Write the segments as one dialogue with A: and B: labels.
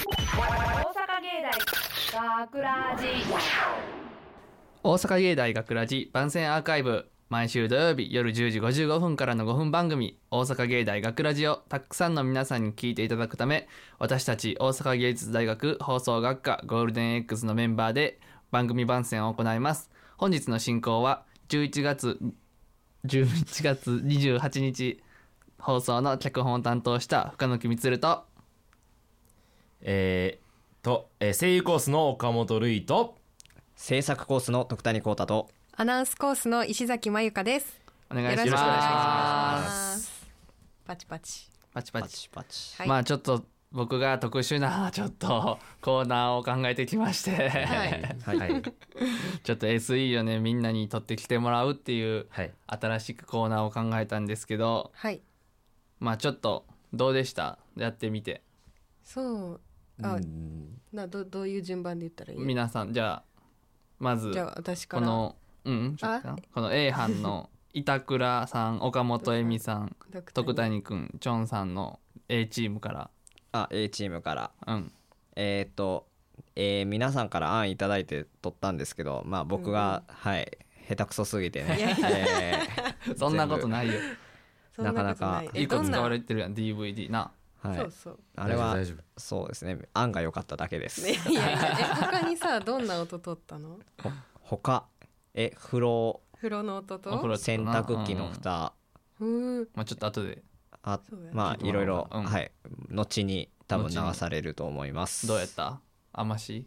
A: 大阪芸大学ラジ
B: 大阪芸大学ラジ番宣アーカイブ毎週土曜日夜10時55分からの5分番組「大阪芸大学ラジをたくさんの皆さんに聞いていただくため私たち大阪芸術大学放送学科ゴールデン X のメンバーで番組番宣を行います本日の進行は11月11月28日放送の脚本を担当した深野木充と
C: えー、と、えー声優コースの岡本るいと
D: 制作コースの徳谷幸太と
E: アナウンスコースの石崎まゆかです。
B: お願い
E: よろ
B: し
E: しくお願いし
B: ま
E: ますす。パチパチ。
B: パチパ
D: パ
B: チ
D: チパチ
E: はい
B: まあちょっと僕が特殊な ちょっとコーナーを考えてきまして、
E: はい
C: はいはい、
B: ちょっと SE をねみんなに取ってきてもらうっていう
C: はい、
B: 新しくコーナーを考えたんですけど
E: はい。
B: まあちょっとどうでしたやってみて
E: そう。
D: う
E: あ、
D: ん
E: などどういう順番で言ったらいい？
B: 皆さんじゃあまず
E: じゃあ私か
B: こ
E: ら。
B: のうん
E: あ
B: ちょっとこの A 班の板倉さ ん岡本恵美さん
E: ドクターに
B: 徳谷くんチョンさんの A チームから
D: あ A チームから
B: うん
D: えっ、と、えー皆さんから案いただいて取ったんですけどまあ僕が、はい下手くそすぎてね、え
B: そんなことないよ
E: そんなこと
D: なかなか
E: いえ
B: い個
E: どん
B: 使
E: な
B: われてるやん DVD な
D: ーは
E: そ
D: いう
E: そう。
D: あれは
C: 大丈夫大丈
D: そうですね案が良かっただけです、
E: ね、いやいやえ他にさどんな音取ったの？
D: ほ他え風呂
E: 風呂の音と。
B: お風呂
D: 洗濯機の
B: うん
D: 蓋、
E: うー
B: まあちょっと後で
D: あ
E: そうだね
D: まあいろいろ、
B: うん
D: はい後に多分流
B: 後に
D: されると思います
B: どうやったあんまし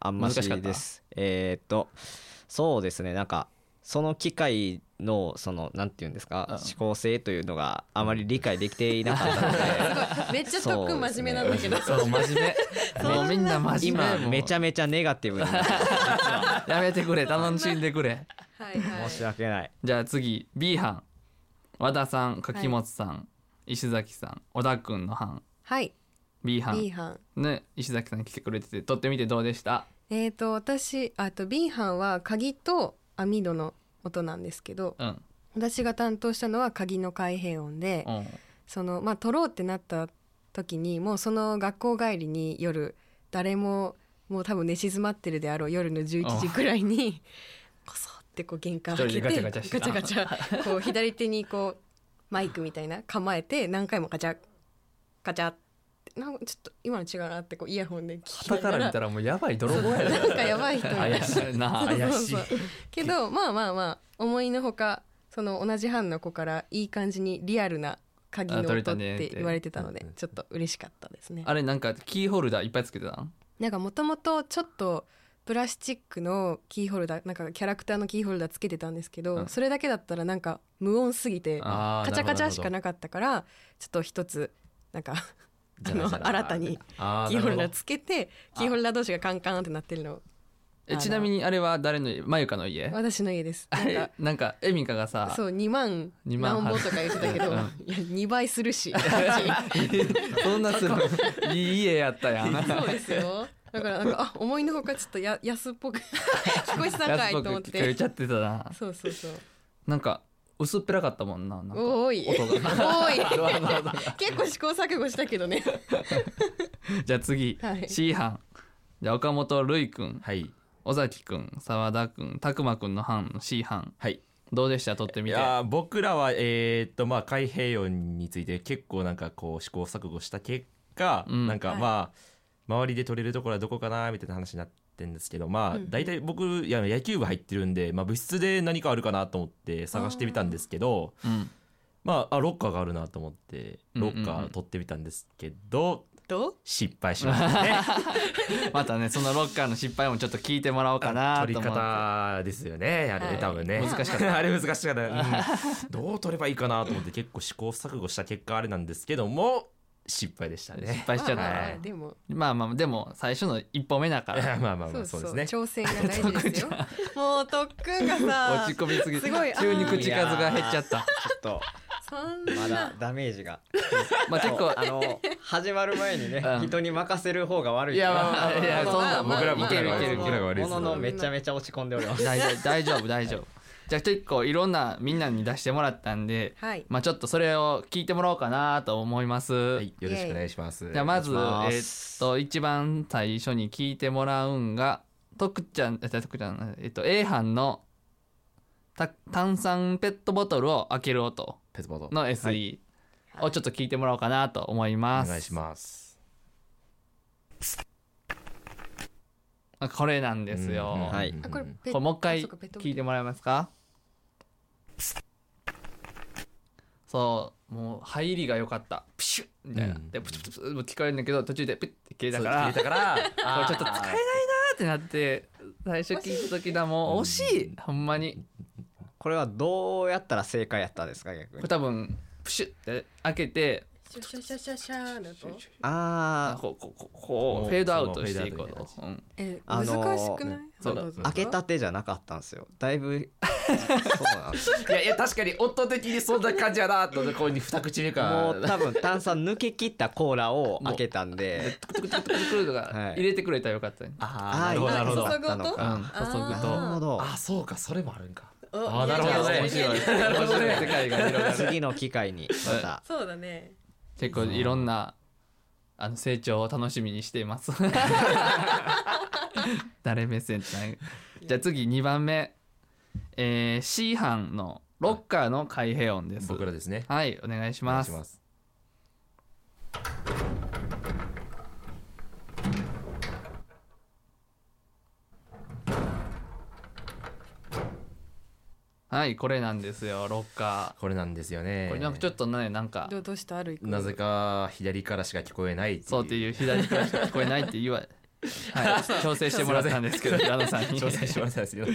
D: あんま
B: 難しかっ
D: したです。えーっとそうですねなんかその機械のそのなんて言うんですか、
B: うん
D: 指向性というのがあまり理解できていな かったので
E: めっちゃ特訓真面目なんだけど。
B: そう真面目もうみんな真面
D: 今
B: 目もう
D: めちゃめちゃネガティブになって
B: やめて くれ楽しんでくれ
E: はいはい。
D: 申し 訳ない。
B: じゃあ次 B 班和田さん柿本さん、石崎さん小田くんの班
E: はい。
B: B 班
E: B 班。
B: ね石崎さん来てくれてて撮ってみてどうでした
E: えーと私あと B 班は鍵と網戸の音なんですけど、
B: うん
E: 私が担当したのは鍵の開閉音で、
B: うん
E: そのまあ取ろうってなった時にもうその学校帰りに夜誰ももう多分寝静まってるであろう夜の11時くらいにこそってこう玄関開けて
B: 一人でガチャガチャしてた
E: ガチャガチャこう左手にこうマイクみたいな構えて何回もガチャガチャってなんかちょっと今の違うなってこうイヤホンで聞きな
B: 旗か
E: が
B: ら
E: ら
B: 見たらもうやばい泥棒や
E: なんかやばい人みたい
B: 怪しいな
E: そう
B: 怪
E: そう
B: しい
E: そう けどまあまあまあ思いのほかその同じ班の子からいい感じにリアルな鍵の
B: あ撮
E: 音
B: れ
E: った
B: ねって
E: て言われてたので
C: うんうん
E: ちょっと嬉しかったですね。
B: あれなんかキーホルダーいっぱいつけてたん
E: なんかもともとちょっとプラスチックのキーホルダーなんかキャラクターのキーホルダーつけてたんですけど、
B: うん
E: それだけだったらなんか無音すぎて
B: あ
E: カ
C: ー
E: チャカチ
C: なるほどなるほ
E: ャ
C: ど
E: しかなかったからちょっと一つなんかあの
C: じゃらじゃら
E: 新たに
C: あー
E: キーホ
C: な
E: ルダ
C: る
E: ーつけてキーホルダー同士がカンカンってなってるの
B: えちなみにあれは誰の家まゆかの家
E: 私の家です。なんか
B: なんかエミカがさ
E: そう2万
B: 2万
E: 何本とか言ってたけど、
B: うん
E: いや2倍するし
B: そんなするいい家やったやん
E: そうですよだからなんかあ思いのほかちょっとや安っぽく聞こえてたんか
B: 安
E: いと
B: っぽく
E: 思っ
B: 聞こえ
E: て
B: ちゃってたな
E: そうそうそう
B: なんか薄っぺらかったもんななんか
E: おーい
B: 音が
E: おい結構試行錯誤したけどね
B: じゃあ次、
E: はい
B: C 班じゃあ岡本るいくん
C: ほどはい
B: 尾崎くん澤田くん拓磨くんの班の C 班
C: はい
B: どうでした撮って
C: い
B: みて
C: やー僕らはえーっとまあ開閉音について結構なんかこう試行錯誤した結果、
B: うん
C: なんか
E: はい
C: まあ、周りで取れるところはどこかなみたいな話になってんですけどまあ、
E: うん
C: 大体僕いや野球部入ってるんで、まあ、部室で何かあるかなと思って探してみたんですけど
B: うん
C: まああロッカーがあるなと思ってロッカー取ってみたんですけど、
E: どう
C: 失敗しましたね
B: またねそのロッカーの失敗もちょっと聞いてもらおう かな
C: 取
B: と
C: り
B: 思って
C: 方ですよねあれ、
E: はい
C: 多分ね
B: 難
E: し
B: か
C: った あれ難しか った、うんどう取ればいいかなと思って結構試行錯誤した結果あれなんですけども失敗でした
B: 失
C: ね
B: 敗しちゃった
E: まあ
B: な、
E: まあ
C: はい
E: でも
B: まあまあでも最初の一歩目だか ら
C: まあまあ
E: そ
C: まあ
E: う
C: そ
E: そうう
C: ですね
E: 挑戦が大事ですよもう特訓がさ
B: 落ち込みすぎて
E: すごい
B: 急に口数が減っちゃった
D: ちょっと
E: そん
D: ま
E: な
D: だダメージが
B: まあ結構
D: あの始まる前にね、
B: うん
D: 人に任せる方が悪い
B: いやまあまあいやそん
E: ま
B: な
E: あ
B: んもう
E: まあ
C: 僕ら僕
B: いけ
C: ら
B: るい
C: が
B: けるいけ
C: 僕ら
B: る
C: が悪いで
D: も
C: す
D: ののめちゃめちゃ落ち込んでおります
B: 大丈夫大丈夫大丈夫じゃあ結構いろんなみんなに出してもらったんで、
E: はい
B: まあ、ちょっとそれを聞いてもらおうかなと思います、
C: はい、よろしくお願いします。
B: じゃあまずえ
D: お願いしま
B: ーっ
D: す
B: と一番最初に聞いてもらうんが徳ちゃんえ徳ちゃんえっと A 班のた炭酸ペットボトルを開ける音
C: ペットボトル
B: の SE をちょっと聞いてもらおうかなと思いま
C: お
B: す。
C: 願いします。
B: すこれなんですよ。
C: うん
D: はい
E: あこれペッ
B: これもう一
E: あ
B: 回
E: そうかペットボト
B: 聞
E: ル
B: いてもらえますかそうもう入りが良かったプシュッみたいな、
C: うん
B: でプツプツプツ聞こえるんだけど途中でプッて切れたか
C: だから ら、
B: これ
C: だから、あー
B: ちょっと使えないなーってなって最初聞いた時だもう惜しいほんまに
D: これはどうやったら正解やったんですか逆
B: こ
D: に
B: れ多分プシュッて開けて
E: シュシャシャシャシャーのと
B: あ
D: あ
B: こうこうこうこ
C: も
B: う
C: う
B: フェードアウトしていく
C: そ
B: こ
C: のフェードアウトみたいな感
B: と、うん、
E: え
D: あ
E: 難
D: のー
E: しくない
B: そうだ
E: どぞ
D: あ開けたてじゃなかったんですよだ いぶそうなんです
C: いやいや確かに夫的にそんな感じやなとこういう二口目から
D: もう多分炭酸抜け切ったコーラを開けたんで
B: トゥクトゥクトゥクトゥクとか
D: はい
B: 入れてくれたらよかったね、
C: あーなるほどなるほど
D: あー
E: 今注ぐ
D: なの
E: 音
D: か
B: うん
E: あー
B: 注ぐと
D: なるほど
C: あそうかそれもあるんか
E: お
C: あーなるほどね
B: 面白い
C: なるほどね
B: 面白い世界が広がる
D: 次の機会にまた
E: そうだね
B: 結構いろんなあの成長を楽しみにしています 誰目線ってないじゃあ次2番目、えー、C 班のロッカーの開閉音です
C: 僕らですね
B: はいお願いし
C: お願
B: ま
C: いし
B: す
C: ます
B: はいこれなんですよロッカ
C: これなんですよね
B: ーこれなんかちょっとねなんか
E: どうどうしたある
C: なぜか左からしか聞こえない
B: そうって
C: う
B: いう左からしか聞こえないって 言わはい、調整してもらったんですけど、矢野さんに。
C: 挑戦してもらったんです けど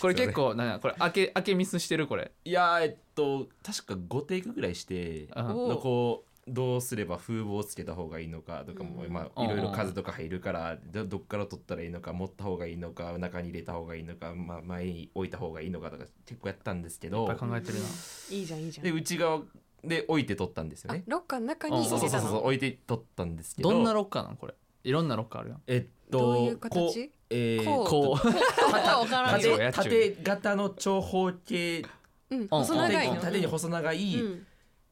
B: これ結構、なんやこれ、開け、開けミスしてる、これ。
C: いやーえっと確か5テイクぐらいして
B: うん
C: のこうどうすれば風貌をつけた方がいいのかとかも、
E: うん
C: まあいろいろ数とか入るからどどっから取ったらいいのか持った方がいいのか中に入れた方がいいのか、まあ、前に置いた方がいいのかとか結構やったんですけ
B: い
C: ど
B: っぱい考えてるな。
E: いいじゃんいいじゃ
C: で
E: ん
C: 内側で置いて取ったんですよ
E: あ
C: ね
E: ロッカーの中に
C: そう
E: 入
C: そうそ
E: れた
C: うそう
E: の
C: 置いて取ったんですけど
B: どんなロッカーなの、これ。いろんなロッカーあるやん。
C: えっと
E: どういう形
C: こうえー
E: こう
B: こう。
E: わからんよ
C: 縦縦型の長方形
E: うん細長い
C: 縦
E: の
C: に縦に細長い
E: うん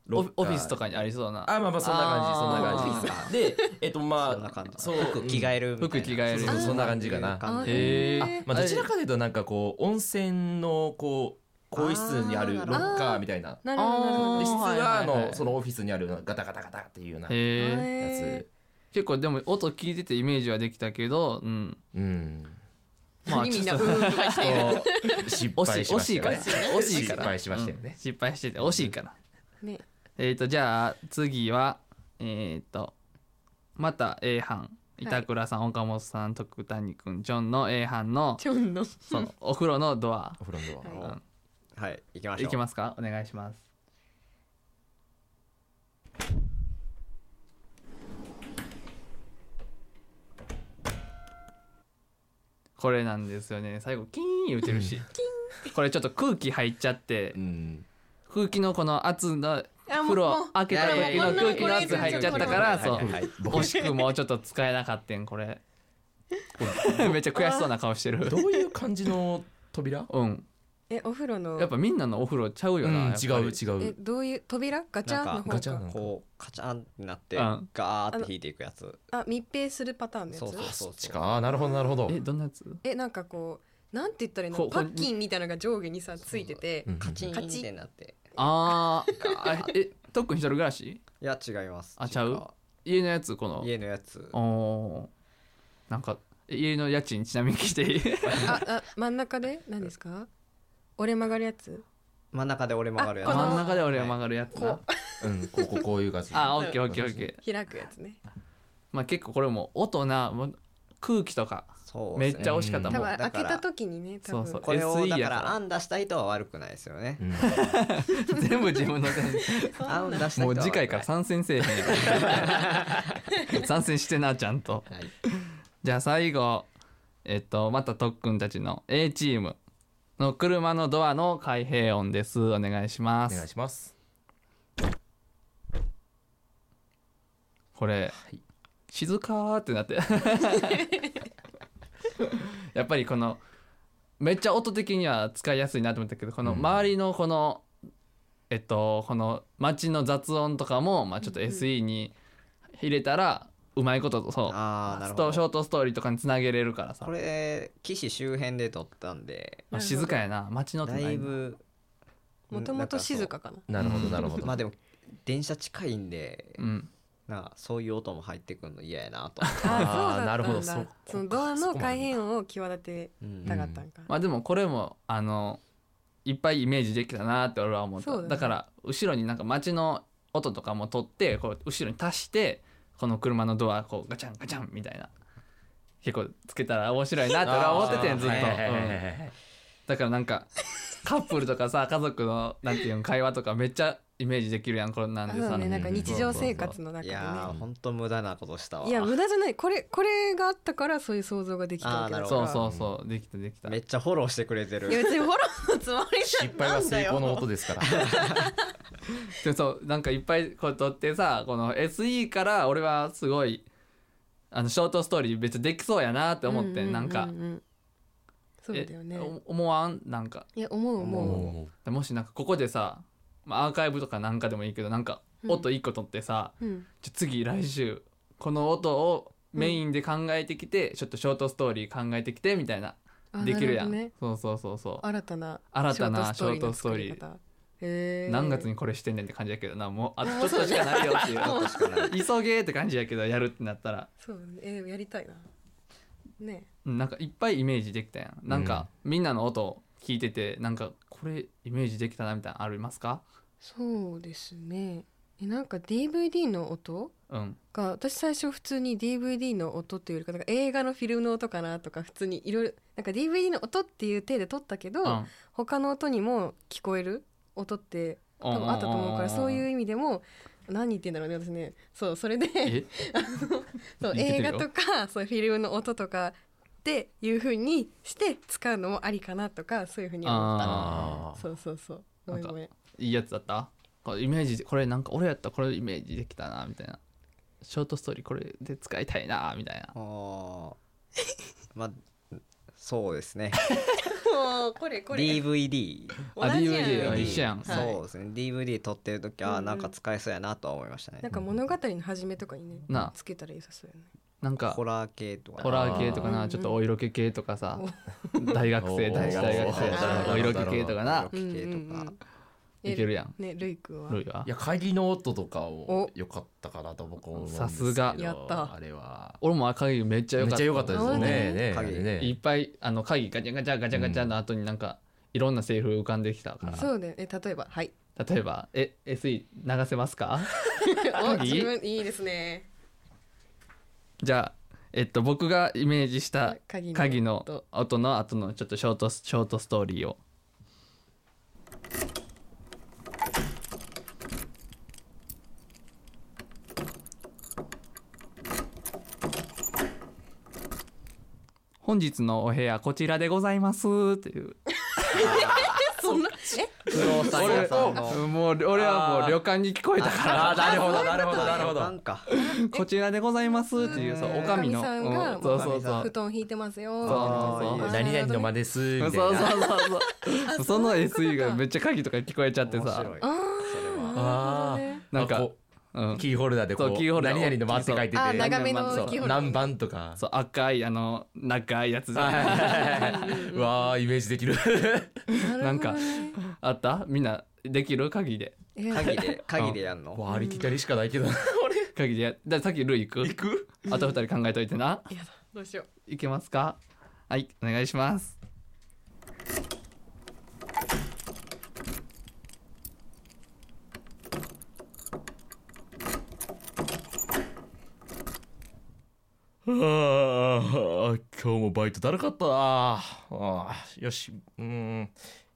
C: ロッカー
B: オフィスとかにありそうな。
C: あまあまあそんな感
B: あ
C: じそんな
B: ー
C: 感じで えっと
D: そんな
C: ま
D: 感
C: あ
D: じ
C: そう
D: 服着替えるみたいな
B: 服着替える
C: そうそうそんな感じかな
D: 感じ
B: へー
E: あ
C: まあどちらかというとなんかこう温泉のこう更衣室にあるロッカーみたいな
E: なるほどなるほ
B: あー
E: ど
C: で質
B: はい
C: はあ
B: はいはい
C: のそのオフィスにあるガタガタガタっていうようなや
B: へえ。
E: へ
C: つ
E: ー
B: 結構でも音聞いててイメージはできたけど、うん。
C: うん
B: まあ
E: 何
B: ち
E: みんな
B: ょ
E: う
B: っ
E: ーんとか言ってる
C: 失
B: と
C: 敗
B: 惜
C: しま
B: し
C: し
B: い
C: た
B: か
C: よ
B: ら。
C: ね
B: 惜しいから。
C: 失敗しましたよ
B: う
C: ね
B: ん失敗してて惜しいから。
E: ね
B: えっとじゃあ次はえっとまた A 班板倉さん岡本さん徳谷くんジョンの A 班の
E: ちょんの
B: そのお風呂のドア
C: お風呂のドア
E: はい
B: うん
D: はい行きまし
B: い
D: ょ
B: うきますかお願いします。これなんですよね最後キーン言うてるしこれちょっと空気入っちゃって
C: うん
B: 空気のこの圧の
E: あ
B: 風
E: もうも
B: 呂
E: う
B: 開けた時の空気の圧入っちゃったから
D: はい
B: そう
D: はいはい
B: 惜しくもちょっと使えなかったんこ れめっちゃ悔しそうな顔してる
C: どういう感じの扉
B: うん
E: えお風呂の
B: やっぱみんなのお風呂ちゃうよ
C: うん
B: な、やっぱり
C: 違う違
E: え
C: う
E: どういう扉ガチャンの
D: なん
E: 方
D: か
E: か
C: ガチャン
D: こうカチャンってなって
B: うん
D: ガーって引いていくやつ
E: あ密閉するパターンのやつ
D: そうそう
C: そ
D: そ
C: っ
D: う
C: ちかあーなるほどなるほど
B: えどんなやつ
E: えなんかこうなんて言ったらいい
B: こ
E: の
B: う
E: パッキンみたいなのが上下にさついてて
C: うん
D: カチンっ
E: カチン
D: てなって
B: あーあえ特に一人暮らし
D: いや違います
B: あちゃう家のやつこの
D: 家のやつ
B: おおーなんかえ家の家賃ちなみに来ていい
E: ああ真ん中で何ですか折れ曲がるやつ
D: 真ん中で折れ曲がるや
E: あこ
B: 真ん
D: つ
B: 中で俺は曲がるやつな、
C: うんこここういう感じ
B: あオッケーオッケーオッケー
E: 開くやつね
B: まあ結構これも音なもう空気とか
D: そう
B: め
D: で
B: っ
D: すね
B: ちゃ惜しかった
E: 多
B: も
E: 分
B: ん
D: だか
E: 開
D: ら
E: けた時にね多分
B: そうそう
D: これ
B: SE
D: をだ
B: や
D: か
B: から
D: ら案出した人は悪くないですよね
C: うん
B: 全部自分のせい
D: 案出した人は
B: もう
D: 悪くない
B: 次回から参戦せえへん やん参戦してなちゃんと
D: はい
B: じゃあ最後えっとまた特訓たちの A チームの車のドアの開閉音ですお願いしま
C: お
B: す
C: 願いします
B: これ、 静かーってなってやっぱりこのめっちゃ音的には使いやすいなと思ったけどこの周りのこの、えっとこの街の雑音とかも、まあ、ちょっと SE に入れたらうまいこととそう
D: あーなる
B: ス
D: ほ
B: ト
D: ど
B: ショートストーリーとかにつなげれるからさ
D: これ岸周辺で撮ったんで
B: まあ静かやな街の音
D: だ
B: ないい
D: ぶ
E: もともと静かか
C: な
E: な
C: るほどなるほど、
D: まあでも電車近いんで
B: うん
D: なんかそういう音も入ってくるの嫌やな と、
E: あ
C: あー
E: あ
C: なる
E: そう
C: ほ
E: だ
C: ど
E: ったんだ
C: そ
E: そのドア
C: そ
E: の
C: こまで
E: 改変音を際立て
D: うん
E: たかったんか、
B: まあでもこれもあのいっぱいイメージできたなって俺は思った
E: そう
B: だ,、
E: だね
B: から後ろになんか街の音とかも取ってこう後ろに足してこの車のドアこうガチャンガチャンみたいな結構つけたら面白いなって俺は思っててんずっと、
C: はいはいはいはい
B: うん
C: はい
B: だからなんかカップルとかさ家族のなんていうの会話とかめっちゃイメージできるやんこんなん
E: あ
B: で
E: そ
B: さ、
E: うねなんか日常生活
B: の
E: の中
D: い
E: でね
D: やーほんと無駄なことしたわ
E: いや無駄じゃないこれこれがあったからそういう想像ができたわけだから
B: そうそうそうできたできた
D: めっちゃフォローしてくれて
E: いや
D: る
E: 別にフォローのつもりじゃ
C: 失敗は成功の音
E: で
C: ですから
B: でもそうなんかいっぱいこう撮ってさこの SE から俺はすごいあのショートストーリー別にできそうやなって思って、なんか、
E: そうだよね
B: えお思わんなんか
E: いや思う 思 う
C: も
B: でもしなんかここでさ、まあ、アーカイブとかなんかでもいいけどなんか
E: うん
B: 音1個撮ってさ、
E: うん
B: じゃ次来週この音をメインで考えてきて、ちょっとショートストーリー考えてきてみたいな
E: あ
B: できるやん、
E: なほど
B: そ
E: ね
B: うそうそうそう
E: 新たな
B: 新たな
E: ショートストーリーの作り方へー
B: 何月にこれしてんねんって感じやけどなもうあとちょっとしかないよ っていう
D: もうちょっとしかな
B: 急げーって感じやけどやるってなったら
E: そうだねえーでもやりたいなね
B: うんなんかいっぱいイメージできたやんなんか、みんなの音を聞いててなんかこれイメージできたなみたいなのありますか
E: そうですねえなんか DVD の音
B: うん
E: が私最初普通に DVD の音っていうよりかなんか映画のフィルムの音かなとか普通にいろいろなんか DVD の音っていう体で撮ったけど、
B: うん
E: 他の音にも聞こえる音って多分あったと思うからそういう
B: う
E: 意味でも何言ってんだろうね私ねそうそれで
B: え
E: そ
B: 言っ
E: う
B: て
E: 映
B: るよ
E: 画とかそうフィルムの音とかっていう風にして使うのもありかなとかそういう風に思った
B: あ
E: そうそうそうごめんごめん
B: ーいいやつだったこれイメージでこれなんか俺やったらこれイメージできたなみたいなショートストーリーこれで使いたいなみたいな
D: あーまあそうですね
E: もうこれ これ
D: DVD
B: あ
E: 同じやん
B: DVD あ一緒やん
E: はい
D: そうですね DVD 撮ってる時
E: うん
D: は
E: うん
D: なんか使えそうやなとは思いましたね
E: なんか物語の始めとかにね
B: なあ
E: つけたら良さそうよね
B: なんか
D: ホラー系とか
B: ホラー系とか
E: あ
B: な
E: ー
B: ちょっとお色気系とかさ大学生
C: おー
B: 男子大学生
E: なるほど
B: お色気系とかな
D: 色気系とか
B: いけるやん
E: ねルイ君は
B: ルイはい
C: や鍵の音とかを
E: お
C: 良かったかなと僕は思うんですけ
B: さ
C: ど
B: すが
E: やった
C: あれは
B: 俺も赤いめっちゃ良
C: めっ
B: かっ
C: ち
B: た
C: ゃ良かったですよねね
D: 本当に
C: ね
B: いっぱいあの鍵ガチャガチャガチャガチャの後になんか、いろんなセリフ浮かんできたから、
E: そうだよね例えば はい
B: 例えば「え SE 流せますか?
E: お自分いいですね」
B: じゃあ、えっと、僕がイメージした
E: 鍵の
B: 鍵の
E: 音
B: 音の後のちょっとショートショートストーリーを本日のお部屋こちらでございますっていう
E: そんなえ
D: 不動産屋 さんの
B: もう俺はもう旅館に聞こえたから
C: あーなるほどなるほどなるほ
D: な
C: ど
D: んか
B: こちらでございますっていうそうおかみの
E: さんが、
B: うんそうそう
E: ま
B: そ
E: あ布
B: う
E: 団引いてますよ
B: そう
E: みた
B: そう
E: いな
C: 何々の間です
B: そ
C: みた
B: う
C: い
B: そ
C: な
B: うそうそうその SE がめっちゃ鍵とか聞こえちゃって
D: 面
B: さ
D: 白い
E: あ
D: それは
E: あなるほどね
B: なんか
C: こ
B: う
C: うんキーホルダーでこ
B: そうキーホ
C: う
B: ルダー
C: 何々の間って書いて
E: あー
C: て
E: 長めのキーホルダー
C: 何番とか
B: そう赤いあの長いやつじゃ
C: はい
B: ない
C: はいはいはいうわーイメージできる
B: なんか
E: なるほどね
B: あったみんなできる鍵で
E: いや
D: 鍵で鍵でやんの
C: わありきたりしかないけど
B: 鍵でやださっきルイ行く
C: 行く
B: あと二人考えといてな
E: やだどうしよ
B: いけますかはいお願いします
C: あー今日もバイトだるかったなあーよしうーん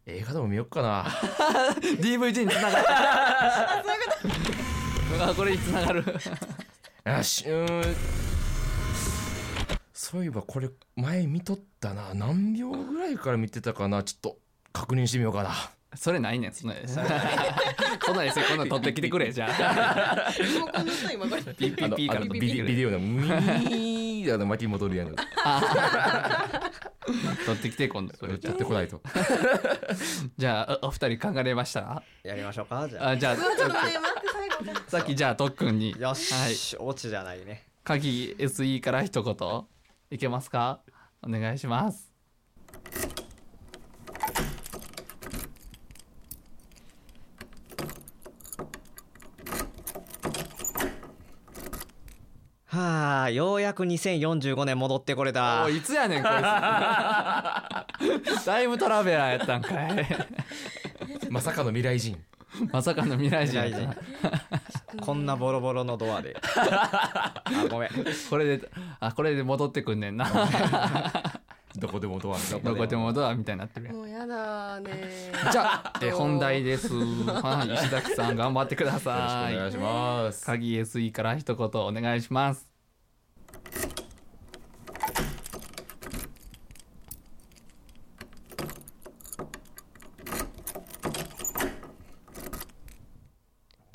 C: 映画でも見よっかな
B: DVD につ ながるあこれにつながる
C: よしうーんそういえばこれ前見とったな何秒ぐらいから見てたかなちょっと確認してみようかな
B: それないねんそのその SE こんなん取ってきてくれじゃあ
E: うリモコンの音 今これ
B: ピッピッピーから
C: あの
B: 取
C: ビ
B: ってきて
C: デ
B: くれ
C: ビデオのミーだの巻き戻るやん
B: あ取ってきて今度それじ
C: や
B: ゃあ
C: ってこないと。
B: じゃあおお二人考えれました
D: やりましょうかじゃあ
B: あじゃあ
E: ちょっと待って待って最後
B: さっきじゃあとっくんに
D: よし、
B: はい
D: 落ちじゃないね
B: 鍵 SE から一言いけますかお願いします
D: はあようやく2045年戻ってこれた
B: おいいつやねんこいつタイムトラベラーやったんかい
C: まさかの未来人。
B: まさかの未来人やったな
D: こんなボロボロのド アであごめん
B: これであこれで戻ってくんねんな
C: どこでもドア
B: どこでもドアみたいになってるやん
E: もうやだね
B: じゃあ、えー本題です。はい、石崎さん頑張ってくだ
C: よろしくお
B: さ
C: 願い
B: い。
C: します。
B: 鍵 SE から一言お願いします。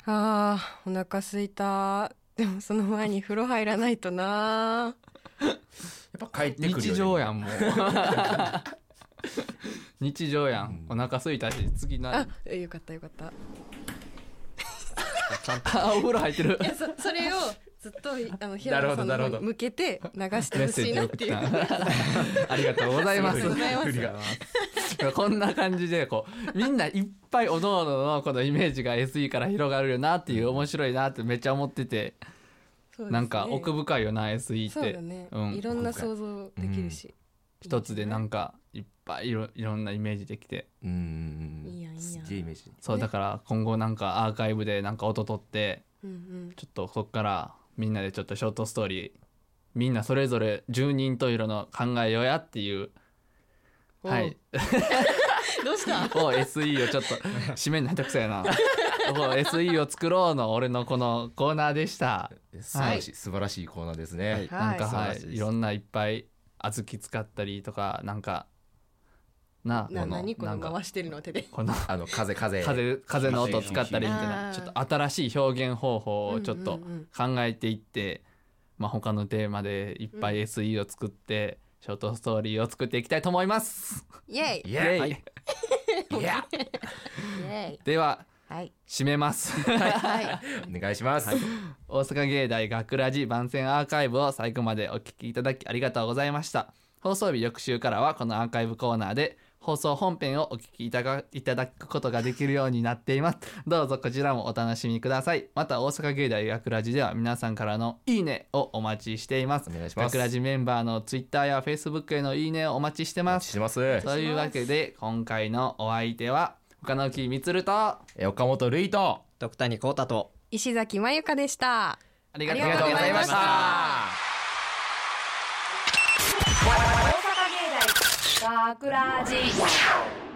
E: あーお腹すいたでもその前に風呂入らないとな
C: やっぱ帰ってくるよね。
B: 日常やんもう。日常やん。お腹空いたし、次な
E: あ。よかったよかった
D: ちゃんと
B: あ、お風呂入ってる。
E: いやそそれをずっとあの平
C: なる
E: 野
C: ほ
E: さ
C: ど
E: ん
C: な
E: の
C: る
E: 方
C: ほど
E: に向けて流して
B: メッ
E: ほ
B: セ
E: し
B: ー
E: い
B: ジ
E: なっ
B: 送
E: て
B: っ
E: いう
B: た。ありがとうございます。
E: ありがとうございます
B: ありがとうございますこんな感じでこうみんないっぱいおのおののこのイメージが SE から広がるよなっていう面白いなってめっちゃ思ってて、
E: そうですね
B: なんか奥深いよな SE って。
E: そうだね、
B: うん
E: いろんな想像できるし、
B: 一つでなんんかいっぱいいろいろんなイメージできて
C: うんうんうん。
E: いいやんいいやん
C: すっげえイメージ。
B: そう
E: ね
B: だから今後なんかアーカイブでなんか音取って
E: うんうん
B: ちょっとそっからみんなでちょっとショートストーリーみんなそれぞれ10人といろの考えようやっていうはい
E: どうした
B: を SE をちょっ と締めになったくせやなお SE を作ろうの俺のこのコーナーでした
C: 素晴らしい、素晴らしいコーナーですね。
D: はい
B: なんか
E: は
B: は
E: い
D: 素晴らしいです
B: いいろんないっぱい小豆使ったりとかなんかな
E: な何こ
B: な
E: の
B: んか
E: 回してるの手で
B: この
C: あの風風。
B: 風風の音を使ったりみたいな
E: あ
B: ちょ
E: ー
B: っと新しい表現方法をちょっと
E: うんうんうん
B: 考えていって、まあ、他のテーマでいっぱい SE を作って、ショートストーリーを作っていきたいと思います、
E: イエイ
C: い
B: イ
C: や
B: エイ
C: いや。
E: エイ
B: では
E: はい
B: 締めます
E: はい
C: お願いします。
B: 大阪芸大学ラジ番宣アーカイブを最後までお聞きいただきありがとうございました放送日翌週からはこのアーカイブコーナーで放送本編をお聞きいたがいただくことができるようになっていますどうぞこちらもお楽しみくださいまた大阪芸大学ラジでは皆さんからのいいねをお待ちしています
C: お願いします
B: 学ラジメンバーのツイッターやフェイスブックへのいいねをお待ちしてま
C: お待ちし
B: す
C: てます。
B: というわけで今回のお相手は岡野木充とあ
C: え岡本瑠衣と。
D: 徳谷幸太と
E: 石崎まゆかでした
B: り
E: がとうございました
A: 大阪芸大学ラジ